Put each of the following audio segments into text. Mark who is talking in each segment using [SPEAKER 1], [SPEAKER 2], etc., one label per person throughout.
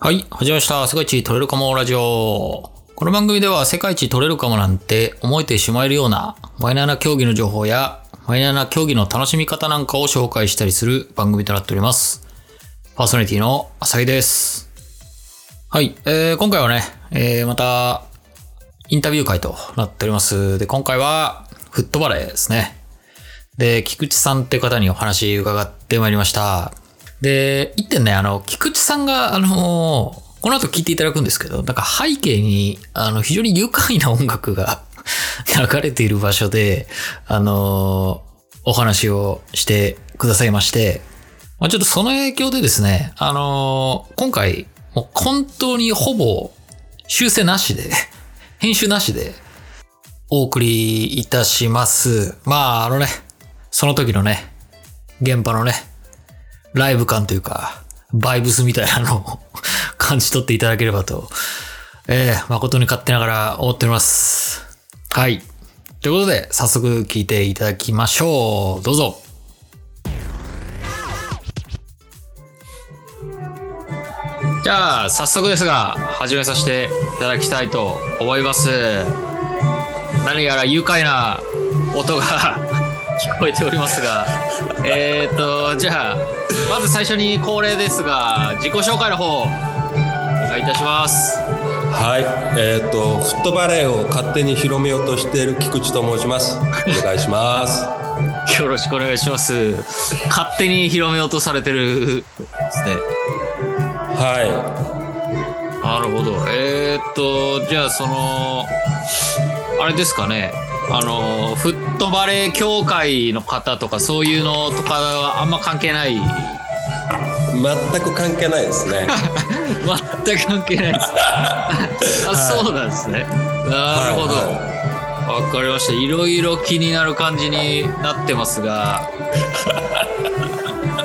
[SPEAKER 1] はい、始まりました。世界一取れるかもラジオ。この番組では世界一取れるかもなんて思えてしまえるようなマイナーな競技の情報やマイナーな競技の楽しみ方なんかを紹介したりする番組となっております。パーソナリティの浅井です。はい、えー、今回はね、えー、またインタビュー会となっております。で、今回はフットバレーですね。で、菊池さんっていう方にお話伺ってまいりました。で、一点ね、あの、菊池さんが、あのこの後聞いていただくんですけど、なんか背景に、あの、非常に愉快な音楽が 流れている場所で、あのお話をしてくださいまして、まあ、ちょっとその影響でですね、あの今回、もう本当にほぼ修正なしで、編集なしで、お送りいたします。まあ、あのね、その時のね、現場のね、ライブ感というか、バイブスみたいなのを 感じ取っていただければと、えー、誠に勝手ながら思っております。はい。ということで、早速聞いていただきましょう。どうぞ。じゃあ、早速ですが、始めさせていただきたいと思います。何やら愉快な音が 聞こえておりますが、えっと、じゃあ、まず最初に恒例ですが、自己紹介の方、お願いいたします。
[SPEAKER 2] はい、えっ、とフットバレーを勝手に広めようとしている菊池と申します。お願いします。
[SPEAKER 1] よろしくお願いします。勝手に広めようとされてるですね。
[SPEAKER 2] は
[SPEAKER 1] なるほど。えー、っと、じゃあその、あれですかね。あの、フットバレー協会の方とかそういうのとかはあんま関係ない。
[SPEAKER 2] い、全く関係ないです ね。
[SPEAKER 1] 全く関係ないです。あ、そうなんですね。なるほど。わ、
[SPEAKER 2] はい
[SPEAKER 1] かりました。いろいろ気になる感じになってますが。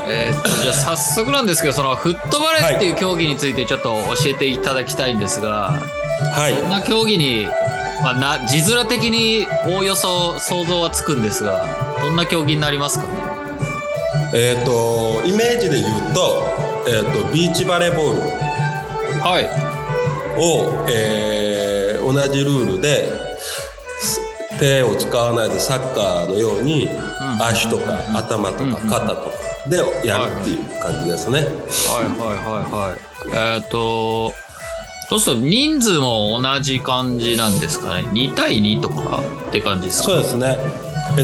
[SPEAKER 1] えーっとじゃあ早速なんですけどそのフットバレーっていう競技についてちょっと教えていただきたいんですが、
[SPEAKER 2] はい、
[SPEAKER 1] こんな競技に、まあ、な字面的におおよそ想像はつくんですがどんな競技になりますかね
[SPEAKER 2] えっ、とイメージで言うと、えっ、とビーチバレーボール
[SPEAKER 1] はい
[SPEAKER 2] を、えー同じルールで手を使わないでサッカーのように
[SPEAKER 1] ん
[SPEAKER 2] 足とか頭とか肩とかでやるっていう感じですね。
[SPEAKER 1] はいはいはいはいえーっとそうすると人数も同じ感じなんですかね2対2とかって感じですか
[SPEAKER 2] そうですね。え
[SPEAKER 1] あ
[SPEAKER 2] っ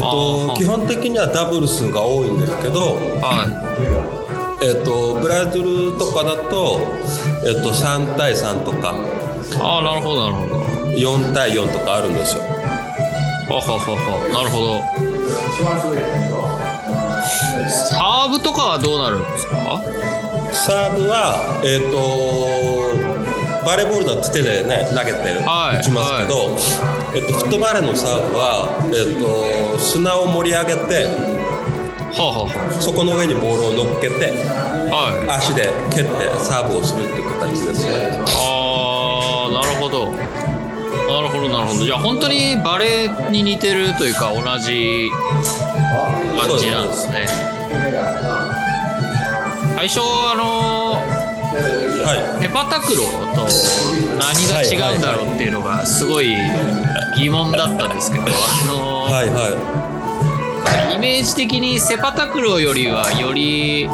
[SPEAKER 1] ー
[SPEAKER 2] と基本的にはダブルスが多いんですけど、
[SPEAKER 1] は
[SPEAKER 2] えっとブラジルとかだと、えっと3対3とか
[SPEAKER 1] いああなるほどなるほど
[SPEAKER 2] 4対4とかあるんですよ。
[SPEAKER 1] ははははなるほどサーブとかはどうなるんですか
[SPEAKER 2] サーブはえっとバレーボールだと手でね投げて
[SPEAKER 1] はい
[SPEAKER 2] 打ちますけど、えっとフットバレーのサーブはえっと砂を盛り上げて
[SPEAKER 1] はあは
[SPEAKER 2] そこの上にボールを乗っけて
[SPEAKER 1] あはあはい
[SPEAKER 2] 足で蹴ってサーブをするっていう形ですね。
[SPEAKER 1] あーなるほどなるほどなるほどじゃあ本当にバレーに似てるというか同じ感じなんですね最初あの
[SPEAKER 2] はい。
[SPEAKER 1] ペパタクロと何が違うんだろうっていうのがすごい疑問だったんですけどあ
[SPEAKER 2] はいは
[SPEAKER 1] の
[SPEAKER 2] い。
[SPEAKER 1] イメージ的にセパタクロよりはより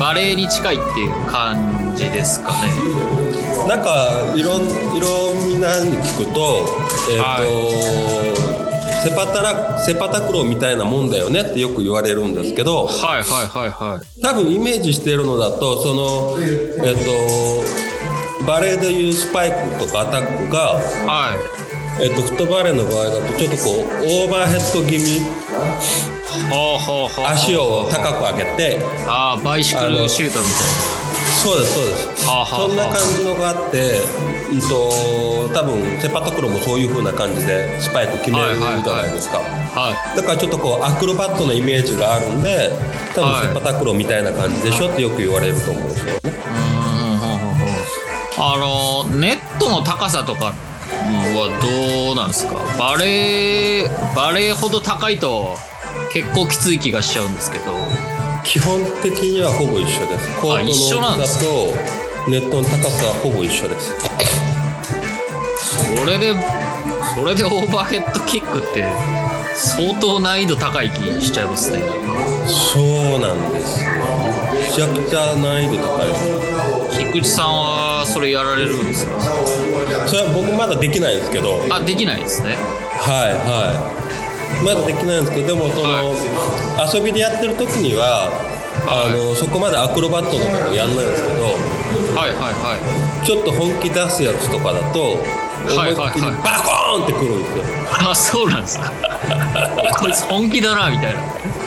[SPEAKER 1] バレーに近いっていう感じですかね
[SPEAKER 2] なんかいろんいろみんなに聞くと、えっ、と、セパタラセパタクローみたいなもんだよねってよく言われるんですけど、
[SPEAKER 1] はいはいはいはい
[SPEAKER 2] 多分イメージしてるのだとそのえっ、とバレーでいうスパイクとかアタックが、
[SPEAKER 1] はい
[SPEAKER 2] えっ、とフットバレーの場合だとちょっとこうオーバーヘッド気味、
[SPEAKER 1] ほうほうほう
[SPEAKER 2] 足を高く上げて、
[SPEAKER 1] ああバイシクルシュートみ
[SPEAKER 2] そうですそうです。
[SPEAKER 1] はあはあはあ
[SPEAKER 2] そんな感じのがあって、うんと多分セパタクローもそういう風な感じでスパイク決めるじゃないですか。
[SPEAKER 1] たいなは
[SPEAKER 2] だからちょっとこうアクロバットのイメージがあるんで多
[SPEAKER 1] はい
[SPEAKER 2] 分セパタクロみたいな感じでしょってよく言われると思うんですよね、
[SPEAKER 1] いあのネットの高さとかはどうなんですかバレーバレーほど高いと結構きつい気がしちゃうんですけど
[SPEAKER 2] 基本的にはほぼ一緒ですコートの
[SPEAKER 1] あ一緒なん
[SPEAKER 2] 大
[SPEAKER 1] で
[SPEAKER 2] き
[SPEAKER 1] す
[SPEAKER 2] さとネットの高さはほぼ一緒です。
[SPEAKER 1] それでそれでオーバーヘッドキックって相当難易度高い気しちゃいますね
[SPEAKER 2] そうなんですよ。めちゃくちゃ難易度高いです。
[SPEAKER 1] 菊池さんはそれやられるんですか
[SPEAKER 2] それは僕まだできないんですけど、はい
[SPEAKER 1] あできないですね
[SPEAKER 2] はい。まだできないんですけど、でもその、遊びでやってる時には、あの、そこまでアクロバットとかもやんないんですけど、
[SPEAKER 1] はいはいはい
[SPEAKER 2] ちょっと本気出すやつとかだと、思
[SPEAKER 1] はいい
[SPEAKER 2] っ
[SPEAKER 1] はい
[SPEAKER 2] きりバコーンってくるんですよ。
[SPEAKER 1] あそうなんですかこいつ本気だなみたいな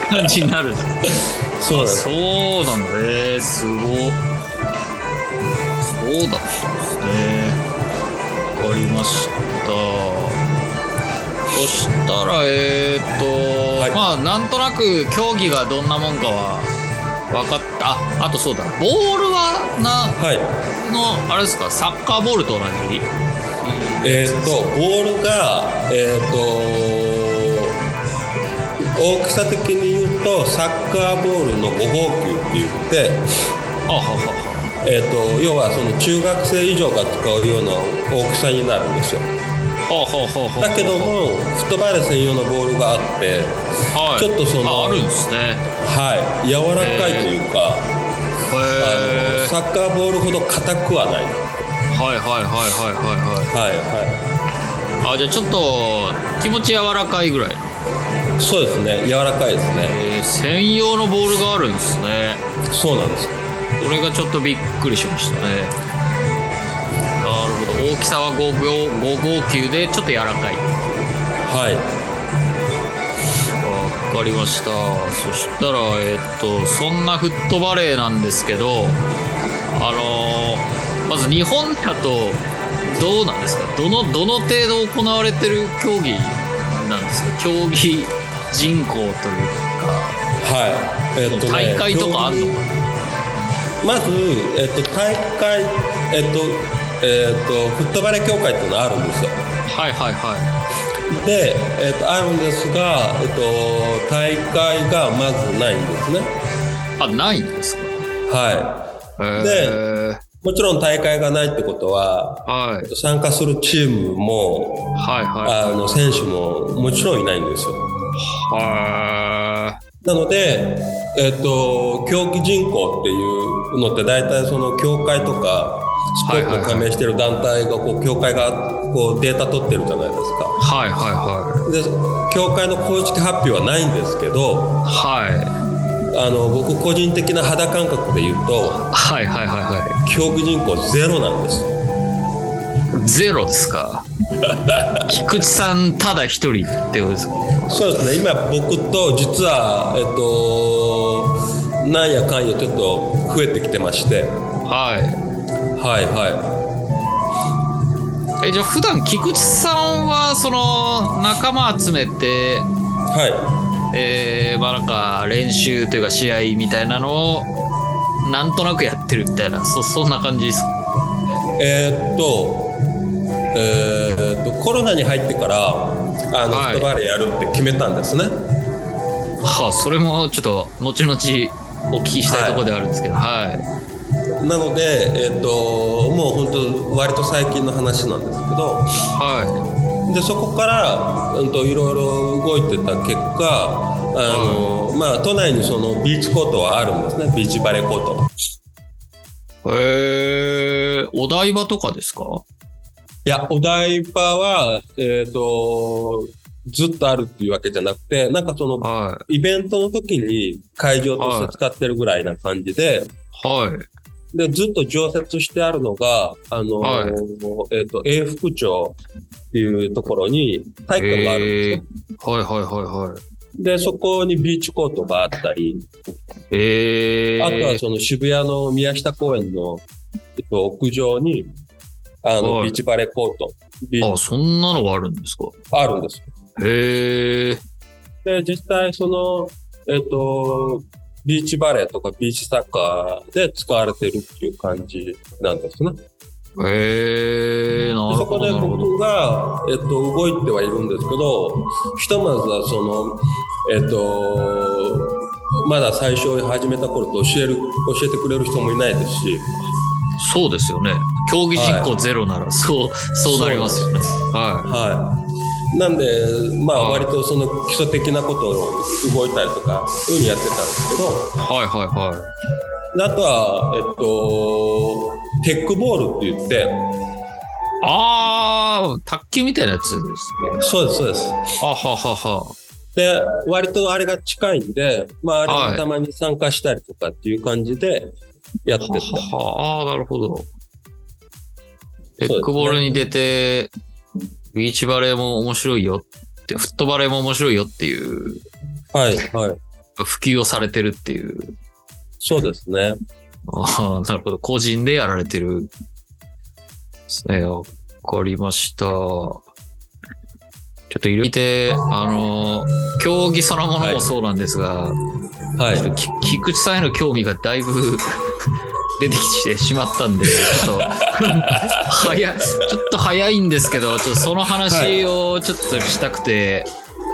[SPEAKER 1] 感じになる
[SPEAKER 2] そうなんです。
[SPEAKER 1] そうなんだねすごそうだったんですねわかりましたそしたらえー、っと、
[SPEAKER 2] はい
[SPEAKER 1] まあなんとなく競技がどんなもんかは分かったああとそうだボールはな
[SPEAKER 2] はい。
[SPEAKER 1] のあれですかサッカーボールと同じ
[SPEAKER 2] えーっと、ボールが、えーっと、大きさ的に言うと、サッカーボールの5号球って言って、
[SPEAKER 1] あはは
[SPEAKER 2] えー、と要はその中学生以上が使うような大きさになるんですよ
[SPEAKER 1] ははははは
[SPEAKER 2] だけどもフットバレー専用のボールがあって
[SPEAKER 1] はい、
[SPEAKER 2] ちょっとその
[SPEAKER 1] ああるんですねへ
[SPEAKER 2] はい柔らかいというか、あの
[SPEAKER 1] え
[SPEAKER 2] サッカーボールほど硬くはない
[SPEAKER 1] はいはいはいはいはいはい
[SPEAKER 2] はいは
[SPEAKER 1] あじゃあちょっと気持ち柔らかいぐらい、
[SPEAKER 2] いそうですね柔らかいですね
[SPEAKER 1] えー専用のボールがあるんですね
[SPEAKER 2] そうなんです
[SPEAKER 1] これがちょっとびっくりしましたねなるほど大きさは559でちょっと柔らかい
[SPEAKER 2] はい
[SPEAKER 1] わかりましたそしたらえっとそんなフットバレーなんですけどあのーまず日本だとどうなんですかどのどの程度行われてる競技なんですか競技人口というか
[SPEAKER 2] はいえーっとね
[SPEAKER 1] 大会とかあんのか
[SPEAKER 2] まず、えーっと大会えーっとえーっとフットバレー協会っていうのがあるんですよ
[SPEAKER 1] はいはいは
[SPEAKER 2] で、えっとあるんですが、えっと大会がまずないんですね。
[SPEAKER 1] いあないんですか
[SPEAKER 2] は
[SPEAKER 1] えー
[SPEAKER 2] い。もちろん大会がないってことは、
[SPEAKER 1] はい
[SPEAKER 2] えっと参加するチームも、
[SPEAKER 1] はいはい
[SPEAKER 2] あの、選手ももちろんいないんですよ。
[SPEAKER 1] は
[SPEAKER 2] なので、えっと、競技人口っていうのって大体その協会とか、スポーツの加盟してる団体が、こう、協会が、こう、データ取ってるじゃないですか。
[SPEAKER 1] いはいは
[SPEAKER 2] で、協会の公式発表はないんですけど、
[SPEAKER 1] いはい
[SPEAKER 2] あの僕個人的な肌感覚で言うと
[SPEAKER 1] はいはいはいは
[SPEAKER 2] 競技人口ゼロなんです
[SPEAKER 1] いゼロです か菊池さんただ一人ってことですか
[SPEAKER 2] そうですね今僕と実はえっとなんやかんやちょっと増えてきてまして
[SPEAKER 1] は
[SPEAKER 2] はいはい
[SPEAKER 1] えじゃあ普段菊池さんはその仲間集めて
[SPEAKER 2] いは
[SPEAKER 1] えー、まあなんか練習というか試合みたいなのをなんとなくやってるみたいなそそんな感じですか
[SPEAKER 2] いえーっとえーっとコロナに入ってからあの、
[SPEAKER 1] はい
[SPEAKER 2] フットバレーやるって決めたんですね
[SPEAKER 1] はあ、それもちょっと後々お聞きしたいところではあるんですけどはい、
[SPEAKER 2] なのでえーっともう本当割と最近の話なんですけど
[SPEAKER 1] は
[SPEAKER 2] でそこから、うん、といろいろ動いてた結果あの、まあ、都内にそのビーチコートはあるんですねビーチバレーコー
[SPEAKER 1] い、
[SPEAKER 2] ト
[SPEAKER 1] えー、お台場とかですか
[SPEAKER 2] いやお台場は、えっとずっとあるっていうわけじゃなくてなんかその
[SPEAKER 1] は
[SPEAKER 2] イベントの時に会場として使ってるぐらいな感じで,、
[SPEAKER 1] いはい
[SPEAKER 2] でずっと常設してあるのがあの、
[SPEAKER 1] はい
[SPEAKER 2] えっと永福町っていうところに体育館があるんですね、
[SPEAKER 1] えーはいはいはいはい
[SPEAKER 2] でそこにビーチコートがあったり
[SPEAKER 1] えー、
[SPEAKER 2] あとはその渋谷の宮下公園の、えっと、屋上に、あの、
[SPEAKER 1] はい
[SPEAKER 2] ビーチバレーコート、ビー
[SPEAKER 1] あそんなのがあるんですか
[SPEAKER 2] あるんです。
[SPEAKER 1] へえ
[SPEAKER 2] で、実際その、えっと、ビーチバレーとかビーチサッカーで使われてるっていう感じなんですね。で
[SPEAKER 1] ー、へえー、なる
[SPEAKER 2] そ
[SPEAKER 1] ほ
[SPEAKER 2] こで
[SPEAKER 1] どなるほど
[SPEAKER 2] 僕が、えっと、動いてはいるんですけど、ひとまずはその、えっと、まだ最初始めた頃と教える、教えてくれる人もいないですし、
[SPEAKER 1] そうですよね。競技人口ゼロなら、そう、そうなりますよね。は
[SPEAKER 2] はい。なんで、まあ、割とその基礎的なことを動いたりとか、そういうふうにやってたんですけど
[SPEAKER 1] い。、はいはいは
[SPEAKER 2] であとは、えっと、テックボールって言って、
[SPEAKER 1] い。あー、卓球みたいなやつですね。
[SPEAKER 2] そうです、そうです。
[SPEAKER 1] あははは。
[SPEAKER 2] で、割とあれが近いんで、まあ、あれ
[SPEAKER 1] は
[SPEAKER 2] も
[SPEAKER 1] い
[SPEAKER 2] たまに参加したりとかっていう感じでやってた。
[SPEAKER 1] はあ、なるほど。
[SPEAKER 2] すね
[SPEAKER 1] テックボールに出て、ビーチバレーも面白いよって、フットバレーも面白いよっていう、
[SPEAKER 2] はい、はい。
[SPEAKER 1] 普及をされてるっていう。
[SPEAKER 2] そうですね。
[SPEAKER 1] ああ、なるほど。個人でやられてる。ですね。わかりました。ちょっといろいろて、あの、競技そのものもそうなんですが、
[SPEAKER 2] はい。
[SPEAKER 1] ちょっとき菊池さんへの興味がだいぶ 出てきてしまったんで、ちょっと、早い、ちょっと早いんですけど、ちょっとその話をちょっとしたくて、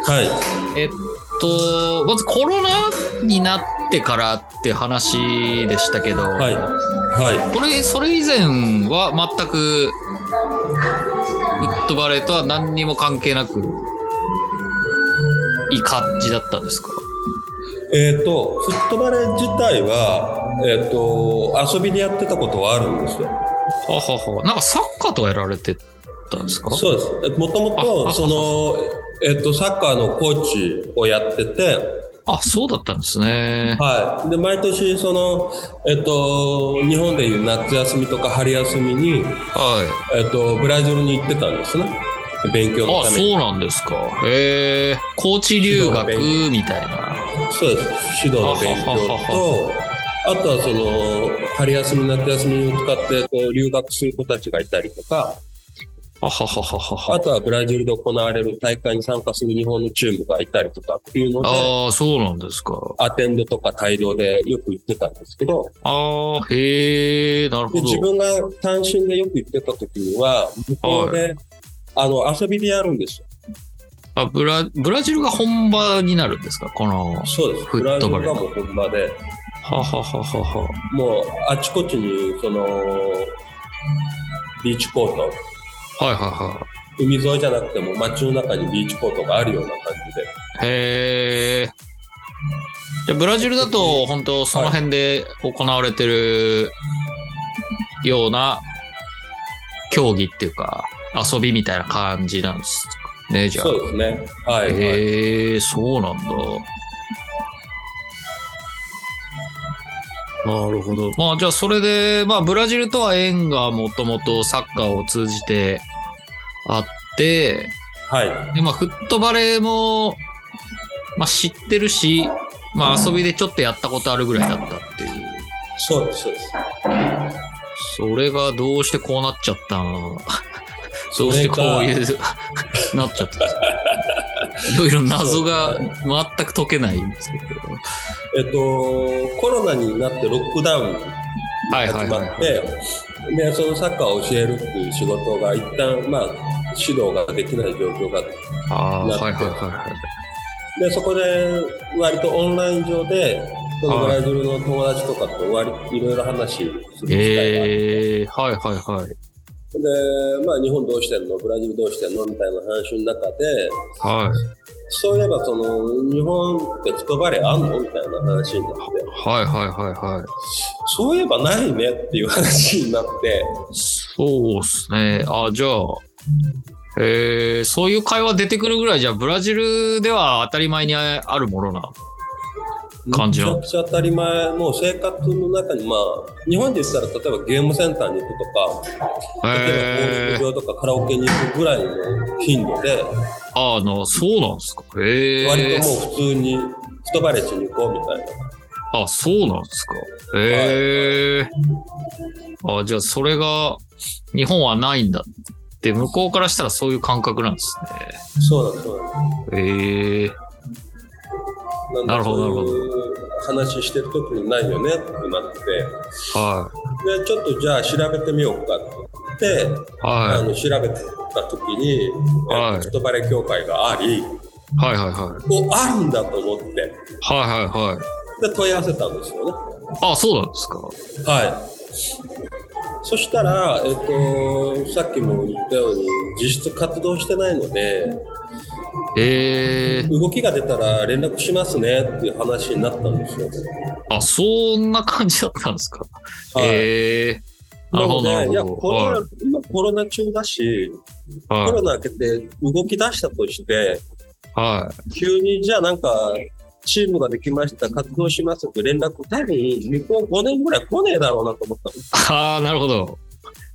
[SPEAKER 2] はい。
[SPEAKER 1] えっと、まずコロナになってからって話でしたけど、
[SPEAKER 2] はい。は
[SPEAKER 1] これ、それ以前は全く、フットバレーとは何にも関係なく、いい感じだったんですか
[SPEAKER 2] い。えっ、と、フットバレー自体は、えっ、と、遊びでやってたことはあるんですよ。
[SPEAKER 1] はははなんかサッカーとかやられてたんですか
[SPEAKER 2] そうですえっと。もとも
[SPEAKER 1] ああ
[SPEAKER 2] と、その、えっ、と、サッカーのコーチをやってて、
[SPEAKER 1] あ、そうだったんですね。
[SPEAKER 2] はい。で、毎年、その、えっ、と、日本でいう夏休みとか春休みに、
[SPEAKER 1] は
[SPEAKER 2] えっと、ブラジルに行ってたんですね。勉強の
[SPEAKER 1] い。あ、
[SPEAKER 2] ため
[SPEAKER 1] そう
[SPEAKER 2] に。
[SPEAKER 1] なんですか。へえ、コーチ留学みたいな。
[SPEAKER 2] そうです。指導の勉強と、
[SPEAKER 1] はは
[SPEAKER 2] あとはその、春休み、夏休みを使ってこう留学する子たちがいたりとか、
[SPEAKER 1] あはははは
[SPEAKER 2] あ
[SPEAKER 1] は。
[SPEAKER 2] とはブラジルで行われる大会に参加する日本のチームがいたりとかっていうので、
[SPEAKER 1] ああ、そうなんですか。
[SPEAKER 2] アテンドとか大量でよく行ってたんですけど、
[SPEAKER 1] ああ、へえ、なるほ
[SPEAKER 2] で自
[SPEAKER 1] ど。
[SPEAKER 2] 分が単身でよく行ってた時には、向こうで、あの、遊びでやるんですよ。
[SPEAKER 1] あブラ、ブラジルが本場になるんですかこの。
[SPEAKER 2] そうです。
[SPEAKER 1] フ
[SPEAKER 2] ブラ
[SPEAKER 1] ッ
[SPEAKER 2] ジ
[SPEAKER 1] ト
[SPEAKER 2] ル
[SPEAKER 1] バレー
[SPEAKER 2] がもう本場で、
[SPEAKER 1] ははははは。
[SPEAKER 2] もうあちこちにそのビーチコート
[SPEAKER 1] はいはいは
[SPEAKER 2] 海沿いじゃなくても街の中にビーチコートがあるような感じで
[SPEAKER 1] い。へえ。じゃあブラジルだと、本当その辺で行われてるような競技っていうか、遊びみたいな感じなんですかね、じゃあ。
[SPEAKER 2] そうですねはい、はい
[SPEAKER 1] へえ、そうなんだ。なるほど。まあじゃあそれで、まあブラジルとは縁がもともとサッカーを通じてあって、
[SPEAKER 2] はい
[SPEAKER 1] で、まあ、フットバレーも、まあ、知ってるし、まあ、遊びでちょっとやったことあるぐらいだったっていう。
[SPEAKER 2] そうですそうです
[SPEAKER 1] それがどうしてこうなっちゃったんどうしてこういう、なっちゃったんですかいろいろ謎が全く解けないんですけど。
[SPEAKER 2] えっとコロナになってロックダウン
[SPEAKER 1] はいは
[SPEAKER 2] 始
[SPEAKER 1] い
[SPEAKER 2] ま
[SPEAKER 1] は
[SPEAKER 2] って、
[SPEAKER 1] い。
[SPEAKER 2] でそのサッカーを教えるっていう仕事が一旦まあ指導ができない状況が
[SPEAKER 1] ああー、
[SPEAKER 2] なって
[SPEAKER 1] はいはいはいはい。
[SPEAKER 2] でそこで割とオンライン上でそのブラジルの友達とかと割いろいろ話する機会があって
[SPEAKER 1] ええー、はいはいはい。
[SPEAKER 2] で、まあ、日本どうしてんのブラジルどうしてんのみたいな話の中で
[SPEAKER 1] はい。
[SPEAKER 2] そういえばその日本ってフットバレーあんのみたいな話になって
[SPEAKER 1] はいはいはいはい。
[SPEAKER 2] そういえばないねっていう話になって
[SPEAKER 1] そうっすね。あ、じゃあ、えー、そういう会話出てくるぐらいじゃあ、ブラジルでは当たり前にあるものな。感じ
[SPEAKER 2] めち
[SPEAKER 1] の
[SPEAKER 2] ゃくちゃ当たり前もう生活の中にまあ日本で言ったら例えばゲームセンターに行くとか例え
[SPEAKER 1] え
[SPEAKER 2] ば
[SPEAKER 1] ー、
[SPEAKER 2] ボール場とかカラオケに行くぐらいの頻度で、
[SPEAKER 1] あの、そうなんですか。え
[SPEAKER 2] 割
[SPEAKER 1] ー
[SPEAKER 2] と、もう普通にフットバレーしに行こうみたいな。
[SPEAKER 1] あ、そうなんですか。えー、あ、じゃあ、それが、日本はないんだって、向こうからしたらそういう感覚なんですね。
[SPEAKER 2] そうなんですそうなんです
[SPEAKER 1] ええー、
[SPEAKER 2] なんで
[SPEAKER 1] なるほど
[SPEAKER 2] そういう話してる時にないよねってなって
[SPEAKER 1] は
[SPEAKER 2] でちょっとじゃあ調べてみようかって言って、
[SPEAKER 1] い。は
[SPEAKER 2] あ
[SPEAKER 1] い。
[SPEAKER 2] の調べた時に、
[SPEAKER 1] はい
[SPEAKER 2] えっとフットバレー協会があり
[SPEAKER 1] はいはいはい。
[SPEAKER 2] おあるんだと思ってで
[SPEAKER 1] はいはいはい。
[SPEAKER 2] 問い合わせたんですよね
[SPEAKER 1] あ、そうなんですか。
[SPEAKER 2] はいそしたら、えっと、さっきも言ったように、実質活動してないので、
[SPEAKER 1] えー、
[SPEAKER 2] 動きが出たら連絡しますねっていう話になったんですよ。
[SPEAKER 1] あ、そんな感じだったんですか。
[SPEAKER 2] はい
[SPEAKER 1] えー、なるほど、な
[SPEAKER 2] なのでいや
[SPEAKER 1] る
[SPEAKER 2] コ
[SPEAKER 1] ほど。
[SPEAKER 2] ロ
[SPEAKER 1] は
[SPEAKER 2] ナ今コロナ中だし、
[SPEAKER 1] い。
[SPEAKER 2] コ
[SPEAKER 1] は
[SPEAKER 2] ロナ明けて動き出したとして、
[SPEAKER 1] い。は
[SPEAKER 2] 急にじゃあなんか、チームができました、活動しますって連絡、多分向こう5年ぐらい来ねえだろうなと思った
[SPEAKER 1] い。ああ、なるほど。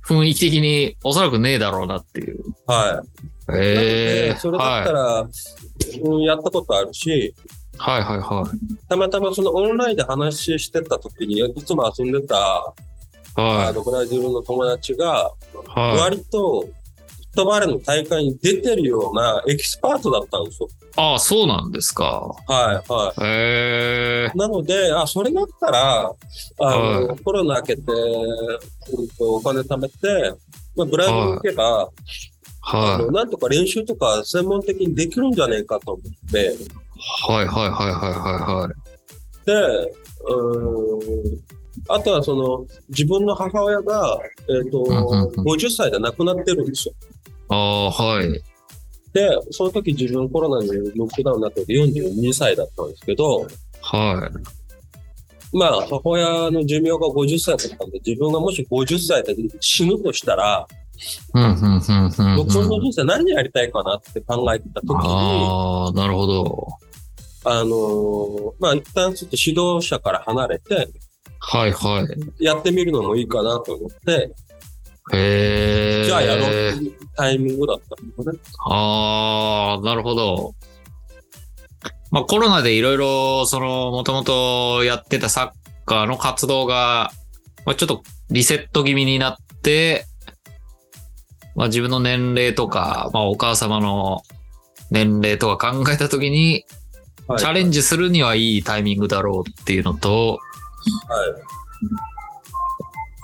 [SPEAKER 1] 雰囲気的におそらくねえだろうなっていう。
[SPEAKER 2] の。はい。な
[SPEAKER 1] え
[SPEAKER 2] ので
[SPEAKER 1] ー、
[SPEAKER 2] それだった
[SPEAKER 1] はい。
[SPEAKER 2] ら、うん、やったことあるし、
[SPEAKER 1] はいはいはい。
[SPEAKER 2] たまたまそのオンラインで話してた時に、いつも遊んでた、あ
[SPEAKER 1] は
[SPEAKER 2] のブラジルの友達が、
[SPEAKER 1] い。はい。
[SPEAKER 2] 割と、フットバレーの大会に出てるようなエキスパートだったんですよ。
[SPEAKER 1] ああ、そうなんですか。
[SPEAKER 2] はい、はい。
[SPEAKER 1] え
[SPEAKER 2] なので、あそれだったらあの、
[SPEAKER 1] は
[SPEAKER 2] コロナ明けて、うんとお金貯めて、まあ、ブラジルに行けば、
[SPEAKER 1] ー、はい
[SPEAKER 2] あ。のなんとか練習とか専門的にできるんじゃねえかと思って、
[SPEAKER 1] はいはいはいはいはいはい。
[SPEAKER 2] で、うんあとはその自分の母親が、えーと
[SPEAKER 1] うんうんうん
[SPEAKER 2] 50歳で亡くなってるんですよ。
[SPEAKER 1] ああ、はい。
[SPEAKER 2] で、その時自分コロナにロックダウンになってて42歳だったんですけど、
[SPEAKER 1] はい。
[SPEAKER 2] まあ母親の寿命が50歳だったんで、自分がもし50歳で死ぬとしたら、
[SPEAKER 1] うん、うん、うん、
[SPEAKER 2] 僕の
[SPEAKER 1] うん。
[SPEAKER 2] 人生何やりたいかなって考えてた時に、あ
[SPEAKER 1] ああ、なるほど。
[SPEAKER 2] のーまあ一旦ちょっと指導者から離れて、
[SPEAKER 1] はいはい。
[SPEAKER 2] やってみるのもいいかなと思って、
[SPEAKER 1] へえ。
[SPEAKER 2] じゃあやろうっていうタイミングだったんだね。
[SPEAKER 1] ああ、なるほど。まあコロナでいろいろ、その、もともとやってたサッカーの活動が、まあちょっとリセット気味になって、まあ自分の年齢とか、まあお母様の年齢とか考えたときに、
[SPEAKER 2] はい
[SPEAKER 1] チャレンジするにはいいタイミングだろうっていうのと、
[SPEAKER 2] はい。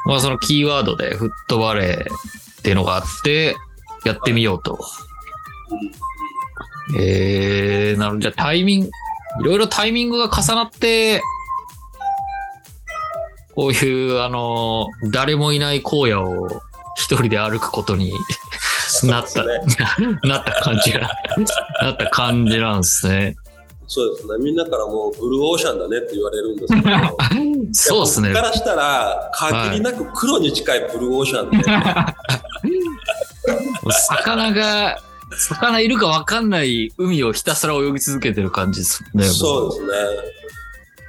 [SPEAKER 1] まあそのキーワードでフットバレーっていうのがあって、やってみようと。えー、なるほど。じゃあタイミング、いろいろタイミングが重なって、こういう、あの、誰もいない荒野を一人で歩くことになった、
[SPEAKER 2] そうで
[SPEAKER 1] なった感じ が、なった感じなんですね。
[SPEAKER 2] そうですね。みんなからもうブルーオーシャンだねって言われるんですけど、
[SPEAKER 1] そうですね
[SPEAKER 2] 僕。からしたら、限りなく黒に近いブルーオーシャンで、
[SPEAKER 1] 魚が、魚いるかわかんない海をひたすら泳ぎ続けてる感じですね。
[SPEAKER 2] そうで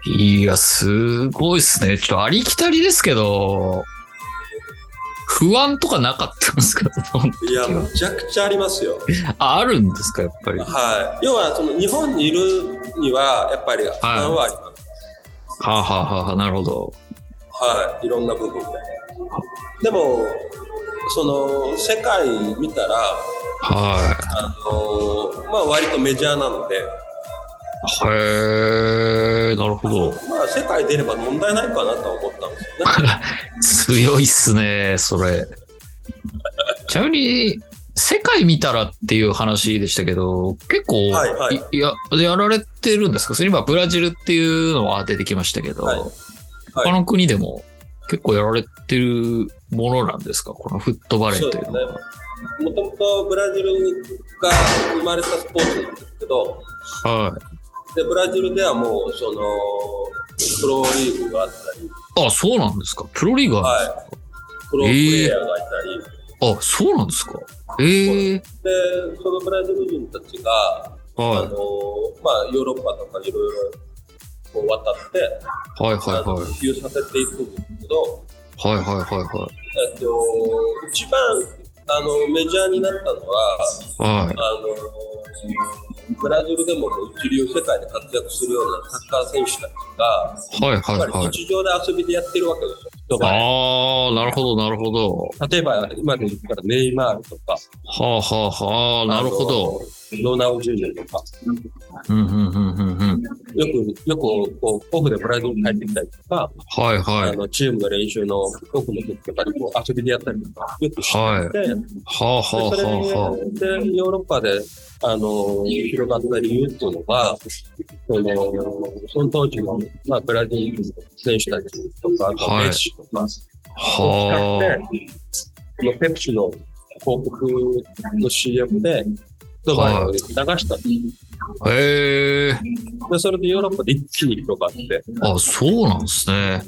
[SPEAKER 2] すね。
[SPEAKER 1] いや、すごいっすね。ちょっとありきたりですけど、不安とかなかったんですか
[SPEAKER 2] いや、むちゃくちゃありますよ。
[SPEAKER 1] ああるんですかやっぱり。
[SPEAKER 2] はい。要は、その日本にいるには、やっぱり負担はあります。
[SPEAKER 1] はあ、はあはあはあ、なるほど。
[SPEAKER 2] はい、いろんな部分で。でも、その世界見たら、
[SPEAKER 1] は
[SPEAKER 2] あのーまあ、割とメジャーなので、
[SPEAKER 1] い。へえ、なるほど。
[SPEAKER 2] まあ、世界出れば問題ないかなとは思ったんですよね。
[SPEAKER 1] 強いっすね、それ。ちなみに、世界見たらっていう話でしたけど、結構、
[SPEAKER 2] はいはい
[SPEAKER 1] いや、やられてるんですかそれ今、ブラジルっていうのは出てきましたけど、
[SPEAKER 2] はいはい
[SPEAKER 1] 他の国でも結構やられてるものなんですかこのフットバレ
[SPEAKER 2] そ
[SPEAKER 1] ー
[SPEAKER 2] う
[SPEAKER 1] という
[SPEAKER 2] です
[SPEAKER 1] の
[SPEAKER 2] ね
[SPEAKER 1] は。。
[SPEAKER 2] もともとブラジルが生まれたスポーツなんですけど、
[SPEAKER 1] は
[SPEAKER 2] でブラジルではもう、その、プロリーグがあったり、
[SPEAKER 1] い。あ、そうなんですかプロリーガー、
[SPEAKER 2] はい、プロプレイヤーがいたり、
[SPEAKER 1] あ、そうなんですかええ
[SPEAKER 2] で、そのブラジル人たちが、あの
[SPEAKER 1] は
[SPEAKER 2] まあ、ヨーロッパとかいろいろこう渡って、
[SPEAKER 1] い。はいはい
[SPEAKER 2] あの
[SPEAKER 1] はい。
[SPEAKER 2] 普及させていくんですけど、
[SPEAKER 1] はいはいはい
[SPEAKER 2] えっと、一番あのメジャーになったのは
[SPEAKER 1] はい。はい。
[SPEAKER 2] あのブラジルでも一流世界で活躍するようなサッカー選手たちが、
[SPEAKER 1] はい
[SPEAKER 2] や
[SPEAKER 1] はい
[SPEAKER 2] っぱ
[SPEAKER 1] は
[SPEAKER 2] り
[SPEAKER 1] い。
[SPEAKER 2] 日常で遊びでやってるわけですよ人が。
[SPEAKER 1] ああ、なるほどなるほど。
[SPEAKER 2] 例えば、今で言ったらネイマールとか、
[SPEAKER 1] はあはあはあ、なるほど。
[SPEAKER 2] あのロナウジーニョとか、
[SPEAKER 1] うんうんうんうんうん。
[SPEAKER 2] よく、よくこうオフでブラジルに帰ってきたりとか、
[SPEAKER 1] はい
[SPEAKER 2] あ
[SPEAKER 1] はい。
[SPEAKER 2] のチームの練習のオフの時とかにこう遊びでやったりとか、よくして
[SPEAKER 1] はい。
[SPEAKER 2] て、
[SPEAKER 1] はあは
[SPEAKER 2] で
[SPEAKER 1] あ
[SPEAKER 2] それ
[SPEAKER 1] は
[SPEAKER 2] でヨーロッパで、あの広がった理由っていうのは、そのその当時の、まあ、ブラジルの選手たちとか、あと
[SPEAKER 1] はい
[SPEAKER 2] メッシとか、
[SPEAKER 1] あ
[SPEAKER 2] を
[SPEAKER 1] は
[SPEAKER 2] 使って、このペプシの広告の CM で、ドバイを流した。
[SPEAKER 1] あ。へえ。
[SPEAKER 2] で、それでヨーロッパで一気に広がって。
[SPEAKER 1] あ、そうなんですね。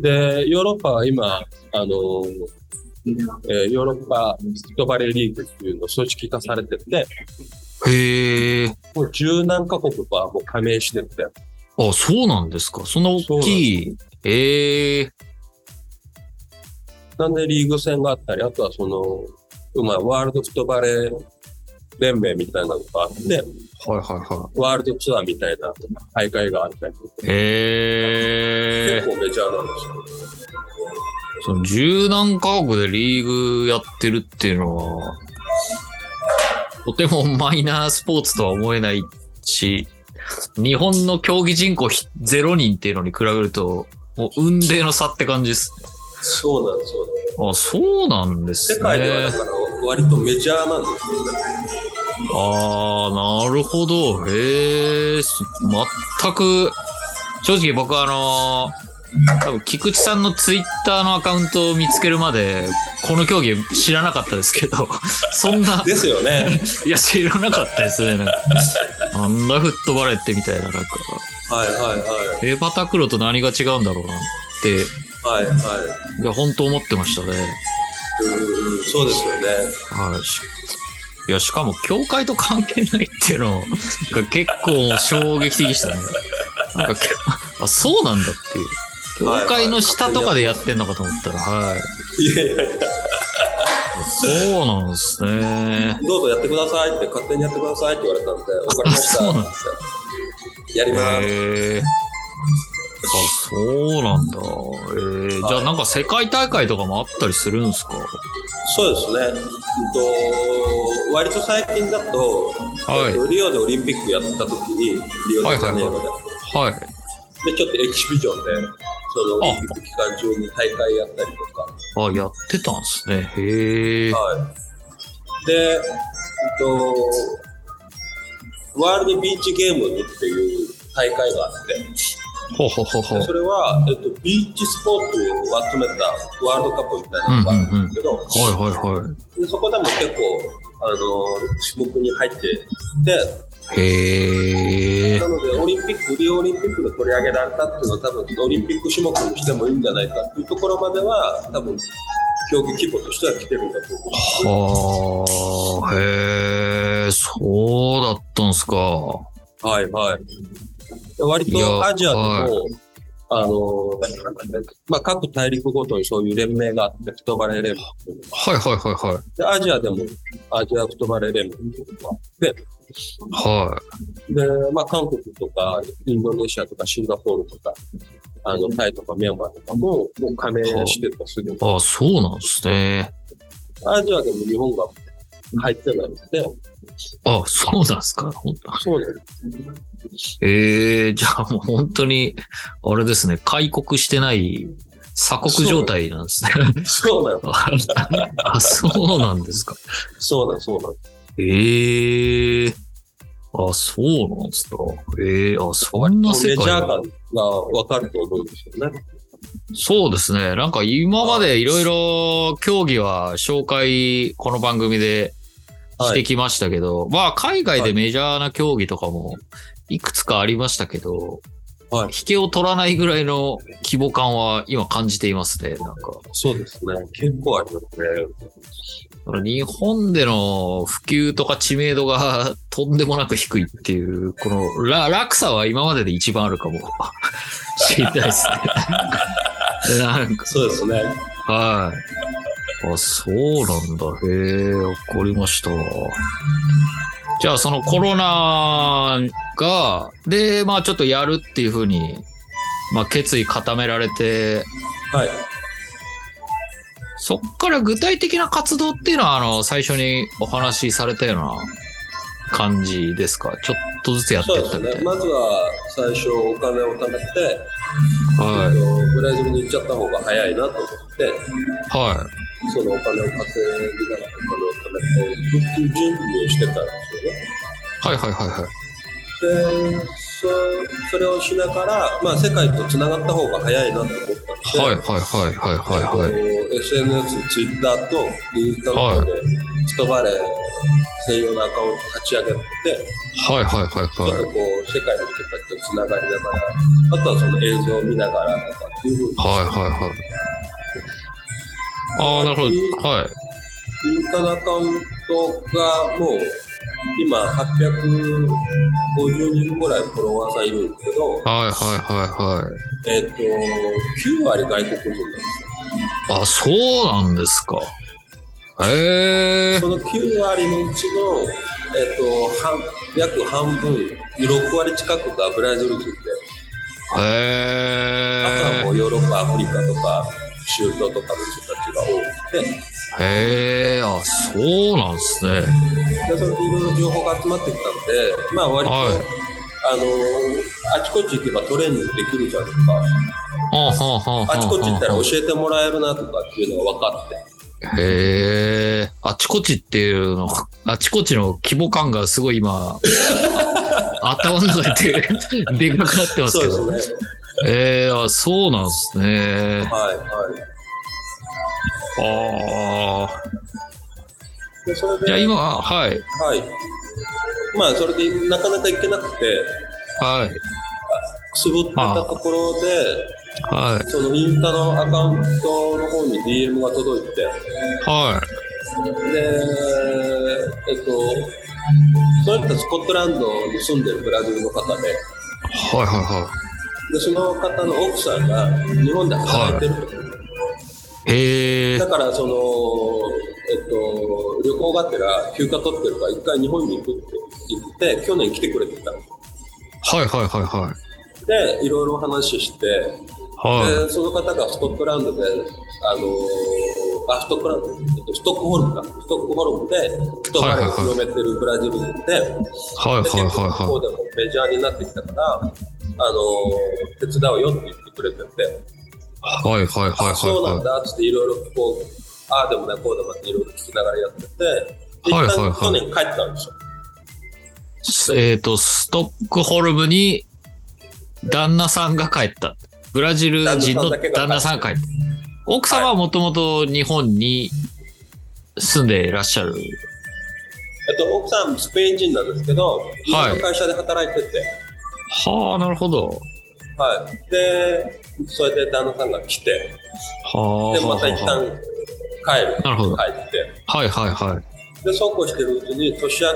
[SPEAKER 2] で、ヨーロッパは今、あの、えーヨーロッパストバレーリーグっていうのを組織化されてて、
[SPEAKER 1] へえ。
[SPEAKER 2] もう十何カ国はもう加盟してて、
[SPEAKER 1] あ、そうなんですか。そんな大きい。ええ。
[SPEAKER 2] なんでリーグ戦があったり、あとはその、まあ、ワールドフットバレー連盟みたいなのがあって、
[SPEAKER 1] はいはいは
[SPEAKER 2] ワールドツアーみたいな大会があったりとか、
[SPEAKER 1] い。へえ
[SPEAKER 2] 結。構メジャーなんですよ。
[SPEAKER 1] その十何カ国でリーグやってるっていうのは、とてもマイナースポーツとは思えないし、日本の競技人口ひ0人っていうのに比べると、もう運命の差って感じです。
[SPEAKER 2] そうなんですよ、ね。
[SPEAKER 1] あ、そうなんですね。
[SPEAKER 2] 世界ではだから割とメジャーなんですよ。
[SPEAKER 1] ああ、なるほど。へえ、す全く、正直僕はあのー多分菊池さんのツイッターのアカウントを見つけるまで、この競技知らなかったですけど、 そんな、
[SPEAKER 2] です よね。
[SPEAKER 1] いや、知らなかったですね。なんかなんだフットバレーってみたいな、なんか、
[SPEAKER 2] はいはいは
[SPEAKER 1] ペーパータクロと何が違うんだろうなって、
[SPEAKER 2] い。はいはい
[SPEAKER 1] や、本当思ってましたね。
[SPEAKER 2] い。うんそうですよね。
[SPEAKER 1] はいし。いや、しかも、教会と関係ないっていうのが結構衝撃的でしたね。なんかけ、あ、そうなんだっていう。
[SPEAKER 2] はい
[SPEAKER 1] 教会の下とかでやってんのかと思ったら、はい。
[SPEAKER 2] いやいやいや、
[SPEAKER 1] そうなんですね。
[SPEAKER 2] どうぞやってくださいって、勝手にやってくださいって言われたんで、わかりました
[SPEAKER 1] そうなんで
[SPEAKER 2] やります。
[SPEAKER 1] へえ。あ、そうなんだ。ええじゃあなんか世界大会とかもあったりするんですか
[SPEAKER 2] そうですね。うんと割と最近だと、
[SPEAKER 1] はい
[SPEAKER 2] えっとリオでオリンピックやった時に、リオデジャネイロで、
[SPEAKER 1] はい。
[SPEAKER 2] で、ちょっとエキシビジョンで、そのオリンピック期間中に大会やったりとか、
[SPEAKER 1] あ、やってたんですね。へえ。
[SPEAKER 2] はい。で、えっと、ワールドビーチゲームっていう大会があって、
[SPEAKER 1] ほうほうほうほう。
[SPEAKER 2] それは、えっと、ビーチスポーツを集めたワールドカップみたいなのがあるんですけど、
[SPEAKER 1] はいはいは
[SPEAKER 2] でそこでも結構、あの、種目に入ってて、
[SPEAKER 1] い。へえ
[SPEAKER 2] な。ので、オリンピック、リオオリンピックで取り上げられたっていうのは、多分、オリンピック種目にしてもいいんじゃないかっていうところまでは、多分、競技規模としては来てるんだと思うん
[SPEAKER 1] は
[SPEAKER 2] ですよ。
[SPEAKER 1] あ、へえ、そうだったんすか。
[SPEAKER 2] はいはい。割
[SPEAKER 1] いや
[SPEAKER 2] とアジアでも、
[SPEAKER 1] はい
[SPEAKER 2] あの、まあ、各大陸ごとにそういう連盟があって、フットバレー連盟っていうのが
[SPEAKER 1] はいはいはいは
[SPEAKER 2] で、アジアでもアジアフットバレー連盟っていうのがあって、
[SPEAKER 1] い。は
[SPEAKER 2] で、まあ、韓国とか、インドネシアとか、シンガポールとか、あの、タイとか、ミャンマーとかも、もう加盟してたすぐに
[SPEAKER 1] い。ああ、そうなんですね。
[SPEAKER 2] アジアでも日本が入ってないので、
[SPEAKER 1] ああ、そうなんすか。ほん
[SPEAKER 2] そうなんで
[SPEAKER 1] ええ、じゃあもう本当に、あれですね、開国してない鎖国状態なんですね。
[SPEAKER 2] す。そうなん
[SPEAKER 1] あ、そうなんですか。
[SPEAKER 2] そうなんそうなん
[SPEAKER 1] ええ。あ、そうなんすか。ええ、あ、そんな世界
[SPEAKER 2] メジャー
[SPEAKER 1] が
[SPEAKER 2] 感がわかると思うんですよね。
[SPEAKER 1] そうですね。なんか今までいろいろ競技は紹介、この番組でしてきましたけど、まあ海外でメジャーな競技とかもいくつかありましたけど、
[SPEAKER 2] はい
[SPEAKER 1] 引けを取らないぐらいの規模感は今感じていますね。なんか、
[SPEAKER 2] そうですね。結構ありますね。
[SPEAKER 1] 日本での普及とか知名度が とんでもなく低いっていう、このら落差は今までで一番あるかも しれないですね。なんか
[SPEAKER 2] そうですね。
[SPEAKER 1] はい。あ、そうなんだ。へえ、わかりました。じゃあ、そのコロナが、で、まあちょっとやるっていうふうに、まあ決意固められて、
[SPEAKER 2] はい。
[SPEAKER 1] そっから具体的な活動っていうのは、あの、最初にお話しされたような感じですかちょっとずつやって
[SPEAKER 2] そう
[SPEAKER 1] っ
[SPEAKER 2] で
[SPEAKER 1] た
[SPEAKER 2] す
[SPEAKER 1] みた
[SPEAKER 2] ね。
[SPEAKER 1] いな。
[SPEAKER 2] まずは最初お金を貯めて、
[SPEAKER 1] は
[SPEAKER 2] え
[SPEAKER 1] い。
[SPEAKER 2] っとブラジルに行っちゃった方が早いなと思って、
[SPEAKER 1] は
[SPEAKER 2] そのお金を稼ぎながらお金を貯めて、復帰準備をしてたんですよね。
[SPEAKER 1] い。はいはいはいはい。
[SPEAKER 2] で、そそれをしながら、まあ、世界とつながった方が早いなと思ったの
[SPEAKER 1] はい
[SPEAKER 2] で、
[SPEAKER 1] はいはいはいはいはい。
[SPEAKER 2] い SNS、Twitter とインスタなどで、ストバレ専用のアカウント立ち上げて、
[SPEAKER 1] はいはいはい
[SPEAKER 2] ちょっ
[SPEAKER 1] は
[SPEAKER 2] とこう世界の人たちとつながりながら、あとはその映像を見ながらとかっていうふうに
[SPEAKER 1] い。はいはいはい。ああ、なるほど。はい。
[SPEAKER 2] インスタのアカウントがもう今850人ぐらいフォロワーさんいるんですけど、
[SPEAKER 1] はいはいはいはい。
[SPEAKER 2] えっ、と、9割外国人なんですよ。
[SPEAKER 1] あ、そうなんですか。ええ
[SPEAKER 2] その9割のうちの、えっ、と、半約半分、6割近くがブラジル人で、
[SPEAKER 1] へ
[SPEAKER 2] あとはも
[SPEAKER 1] え
[SPEAKER 2] うヨーロッパ、アフリカとか、中東とかの人たちが多くて、
[SPEAKER 1] へえあ、そうなんですね。
[SPEAKER 2] でそれでいろいろ情報が集まってきたので、まあ割と、
[SPEAKER 1] はい
[SPEAKER 2] あのあちこち行けばトレーニングできるじゃないですか。
[SPEAKER 1] はあはあはあは
[SPEAKER 2] あちこち行ったら教
[SPEAKER 1] い。
[SPEAKER 2] えてもらえるなとかっていうのが分かって。
[SPEAKER 1] へえあちこちっていうの、あちこちの規模感がすごい 今、あ頭の中でで、でかくなってますけど。
[SPEAKER 2] そうですね。
[SPEAKER 1] ええあ、そうなんですね。
[SPEAKER 2] はいはい。
[SPEAKER 1] ああ。
[SPEAKER 2] でそれで
[SPEAKER 1] じゃあ今、はい。
[SPEAKER 2] はい。まあそれでなかなか行けなくて、
[SPEAKER 1] はい。
[SPEAKER 2] くすぶってたところで、
[SPEAKER 1] はい。
[SPEAKER 2] そのインスタのアカウントの方に DM が届いて、
[SPEAKER 1] は
[SPEAKER 2] で、えっと、その人スコットランドに住んでるブラジルの方で、
[SPEAKER 1] い。はいはいは
[SPEAKER 2] でその方の奥さんが日本で働いてると、
[SPEAKER 1] い。へえ
[SPEAKER 2] だからその、えっと、旅行がてら休暇取ってるから一回日本に行くって言って去年来てくれてたの
[SPEAKER 1] はいはいはいはい。
[SPEAKER 2] でいろいろお話しして、
[SPEAKER 1] は
[SPEAKER 2] でその方がストックランドであのあストックランド、えっと、ストックホルムかストックホルムでストックホルムを広めてるブラジル人で,、
[SPEAKER 1] い。はい
[SPEAKER 2] で
[SPEAKER 1] はい
[SPEAKER 2] 結構向こ
[SPEAKER 1] は
[SPEAKER 2] うでもメジャーになってきたからあの手伝うよって言ってくれてて。
[SPEAKER 1] いはい。はいはいはいはい。
[SPEAKER 2] そうなんだっつっていろいろこうああでもないこうでもないっていろいろ聞きながらやっててで一
[SPEAKER 1] はいはいはい
[SPEAKER 2] 旦去年帰ったんですよ、
[SPEAKER 1] えっ、と、ストックホルムに旦那さんが帰った。ブラジル人の旦那さんが帰った。奥様はもともと日本に住んでいらっしゃる。
[SPEAKER 2] えっと、奥さんスペイン人なんですけど日本の会社で働いてて、
[SPEAKER 1] はあ、なるほど。
[SPEAKER 2] はいでそれで旦那さんが来て
[SPEAKER 1] はあ。
[SPEAKER 2] でまた一旦帰る
[SPEAKER 1] なるほど
[SPEAKER 2] 帰って
[SPEAKER 1] はいはいはい。
[SPEAKER 2] でそうこうしてるうちに年明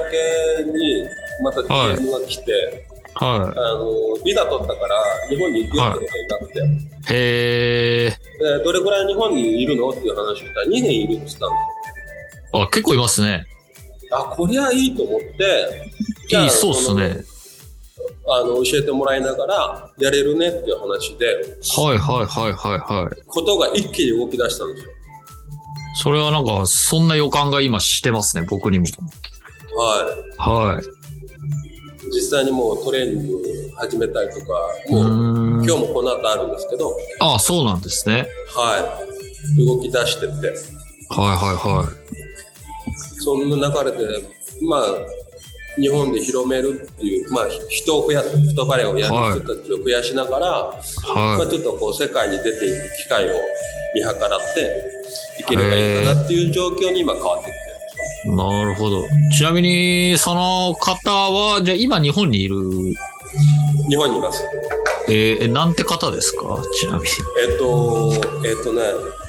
[SPEAKER 2] けにまた DM が来て、
[SPEAKER 1] は
[SPEAKER 2] あのビザ取ったから日本に行くよってことになっ
[SPEAKER 1] い。
[SPEAKER 2] て、
[SPEAKER 1] へえ。
[SPEAKER 2] でどれぐらい日本にいるのっていう話をしたら2年いるって言ったんです
[SPEAKER 1] あ、結構いますね。
[SPEAKER 2] あこりゃいいと思ってじゃ
[SPEAKER 1] い
[SPEAKER 2] あ
[SPEAKER 1] い、そうっすね。
[SPEAKER 2] そのあの教えてもらいながらやれるねっていう話で
[SPEAKER 1] はいはいはいはいはい。
[SPEAKER 2] ことが一気に動き出したんですよ
[SPEAKER 1] それはなんか、そんな予感が今してますね、僕にも。
[SPEAKER 2] は
[SPEAKER 1] はい。
[SPEAKER 2] い実際にもうトレーニング始めたりとか
[SPEAKER 1] う
[SPEAKER 2] もう
[SPEAKER 1] ーん
[SPEAKER 2] 今日もこの後あるんですけど
[SPEAKER 1] あそうなんですね。
[SPEAKER 2] はい動き出してって
[SPEAKER 1] はいはいはい。
[SPEAKER 2] そんな流れでまあ日本で広めるっていう、まあ、人を増やす、フットバレーをやる人たちを増やしながら、まあ、
[SPEAKER 1] は
[SPEAKER 2] ちょっとこう世界に出ていく機会を見計らっていければいいかなっていう状況に今変わってきて
[SPEAKER 1] い。なるほど。ちなみに、その方は、じゃあ今日本にいる、
[SPEAKER 2] る日本にいます
[SPEAKER 1] えーえなんて方ですかちなみ
[SPEAKER 2] えっとえっとね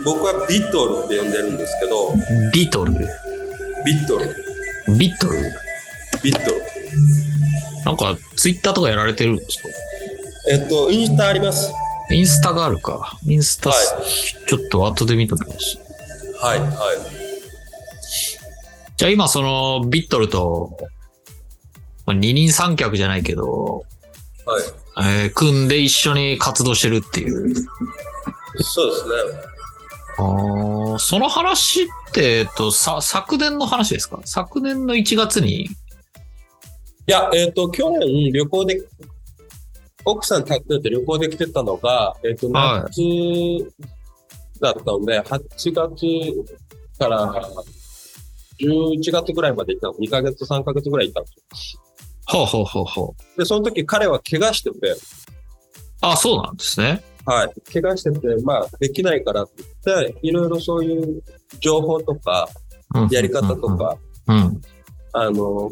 [SPEAKER 2] 僕はビットルって呼んでるんですけど
[SPEAKER 1] に。ビトル。
[SPEAKER 2] ビットル
[SPEAKER 1] ビトル。
[SPEAKER 2] ビットル
[SPEAKER 1] なんか、ツイッターとかやられてるんですか
[SPEAKER 2] えっとインスタあります
[SPEAKER 1] インスタがあるか。インスタ、
[SPEAKER 2] は
[SPEAKER 1] ちょっと後で見ときます。
[SPEAKER 2] はいはい
[SPEAKER 1] じゃあ今そのビットルと、まあ二人三脚じゃないけど、
[SPEAKER 2] はい
[SPEAKER 1] えー組んで一緒に活動してるっていう。
[SPEAKER 2] そうですね
[SPEAKER 1] あーその話って、えっと、さ、昨年の話ですか昨年の1月に、
[SPEAKER 2] いやえっと去年旅行で奥さんたってて旅行で来てたのが、えっと、
[SPEAKER 1] は
[SPEAKER 2] 夏だったので、8月から11月ぐらいまで行ったの、2ヶ月、3ヶ月ぐらい行ったんですよ。
[SPEAKER 3] ほうほうほうほう。
[SPEAKER 2] で、その時彼は怪我してて、
[SPEAKER 3] あ、そうなんですね。
[SPEAKER 2] はい、怪我してて、まあ、できないからって言って、いろいろそういう情報とか、
[SPEAKER 3] うん
[SPEAKER 2] やり方と。か、
[SPEAKER 3] うんうん。
[SPEAKER 2] あの、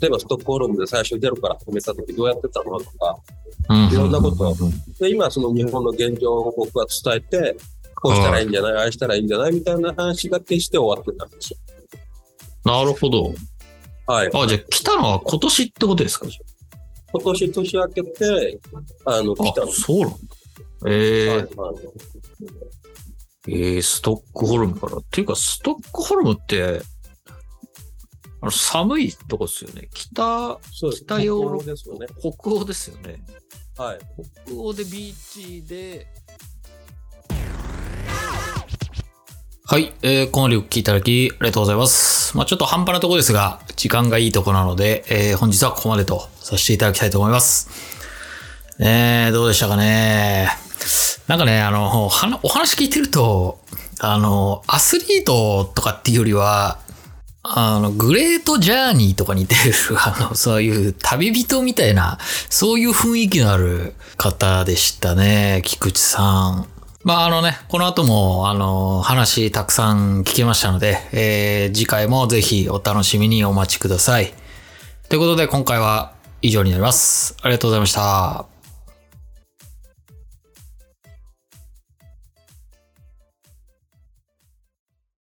[SPEAKER 2] 例えばストックホルムで最初ゼロから始めた時どうやってたのとか、
[SPEAKER 3] うん
[SPEAKER 2] いろんなことを。
[SPEAKER 3] うん
[SPEAKER 2] で今その日本の現状を僕は伝えて、こうしたらいいんじゃない、ああしたらいいんじゃないみたいな話が決して終わってたんですよ。
[SPEAKER 3] なるほど。
[SPEAKER 2] はい。
[SPEAKER 3] あ、じゃあ来たのは今年ってことですかじゃ
[SPEAKER 2] 今年年明けて、あの、
[SPEAKER 3] あ
[SPEAKER 2] 来たん
[SPEAKER 3] あ、
[SPEAKER 2] です。
[SPEAKER 3] そうなんだ。え
[SPEAKER 2] はい
[SPEAKER 3] ーえーストックホルムから。っていうか、ストックホルムって、あの寒いとこですよね。北、
[SPEAKER 2] そうです
[SPEAKER 3] 北ヨーロッパ
[SPEAKER 2] ですよね。
[SPEAKER 3] 北欧ですよね。
[SPEAKER 2] はい。
[SPEAKER 3] 北欧でビーチで、
[SPEAKER 1] はい、えー、このリュック聞いただきありがとうございます。まあちょっと半端なとこですが、時間がいいとこなので、えー、本日はここまでとさせていただきたいと思います。ねえ、どうでしたかね。なんかね、あの、はなお話聞いてると、あの、アスリートとかっていうよりは、あの、グレートジャーニーとかに出る、あの、そういう旅人みたいな、そういう雰囲気のある方でしたね、菊池さん。まああのね、この後もあの話たくさん聞けましたので、えー次回もぜひお楽しみにお待ちください。ということで今回は以上になります。ありがとうございました。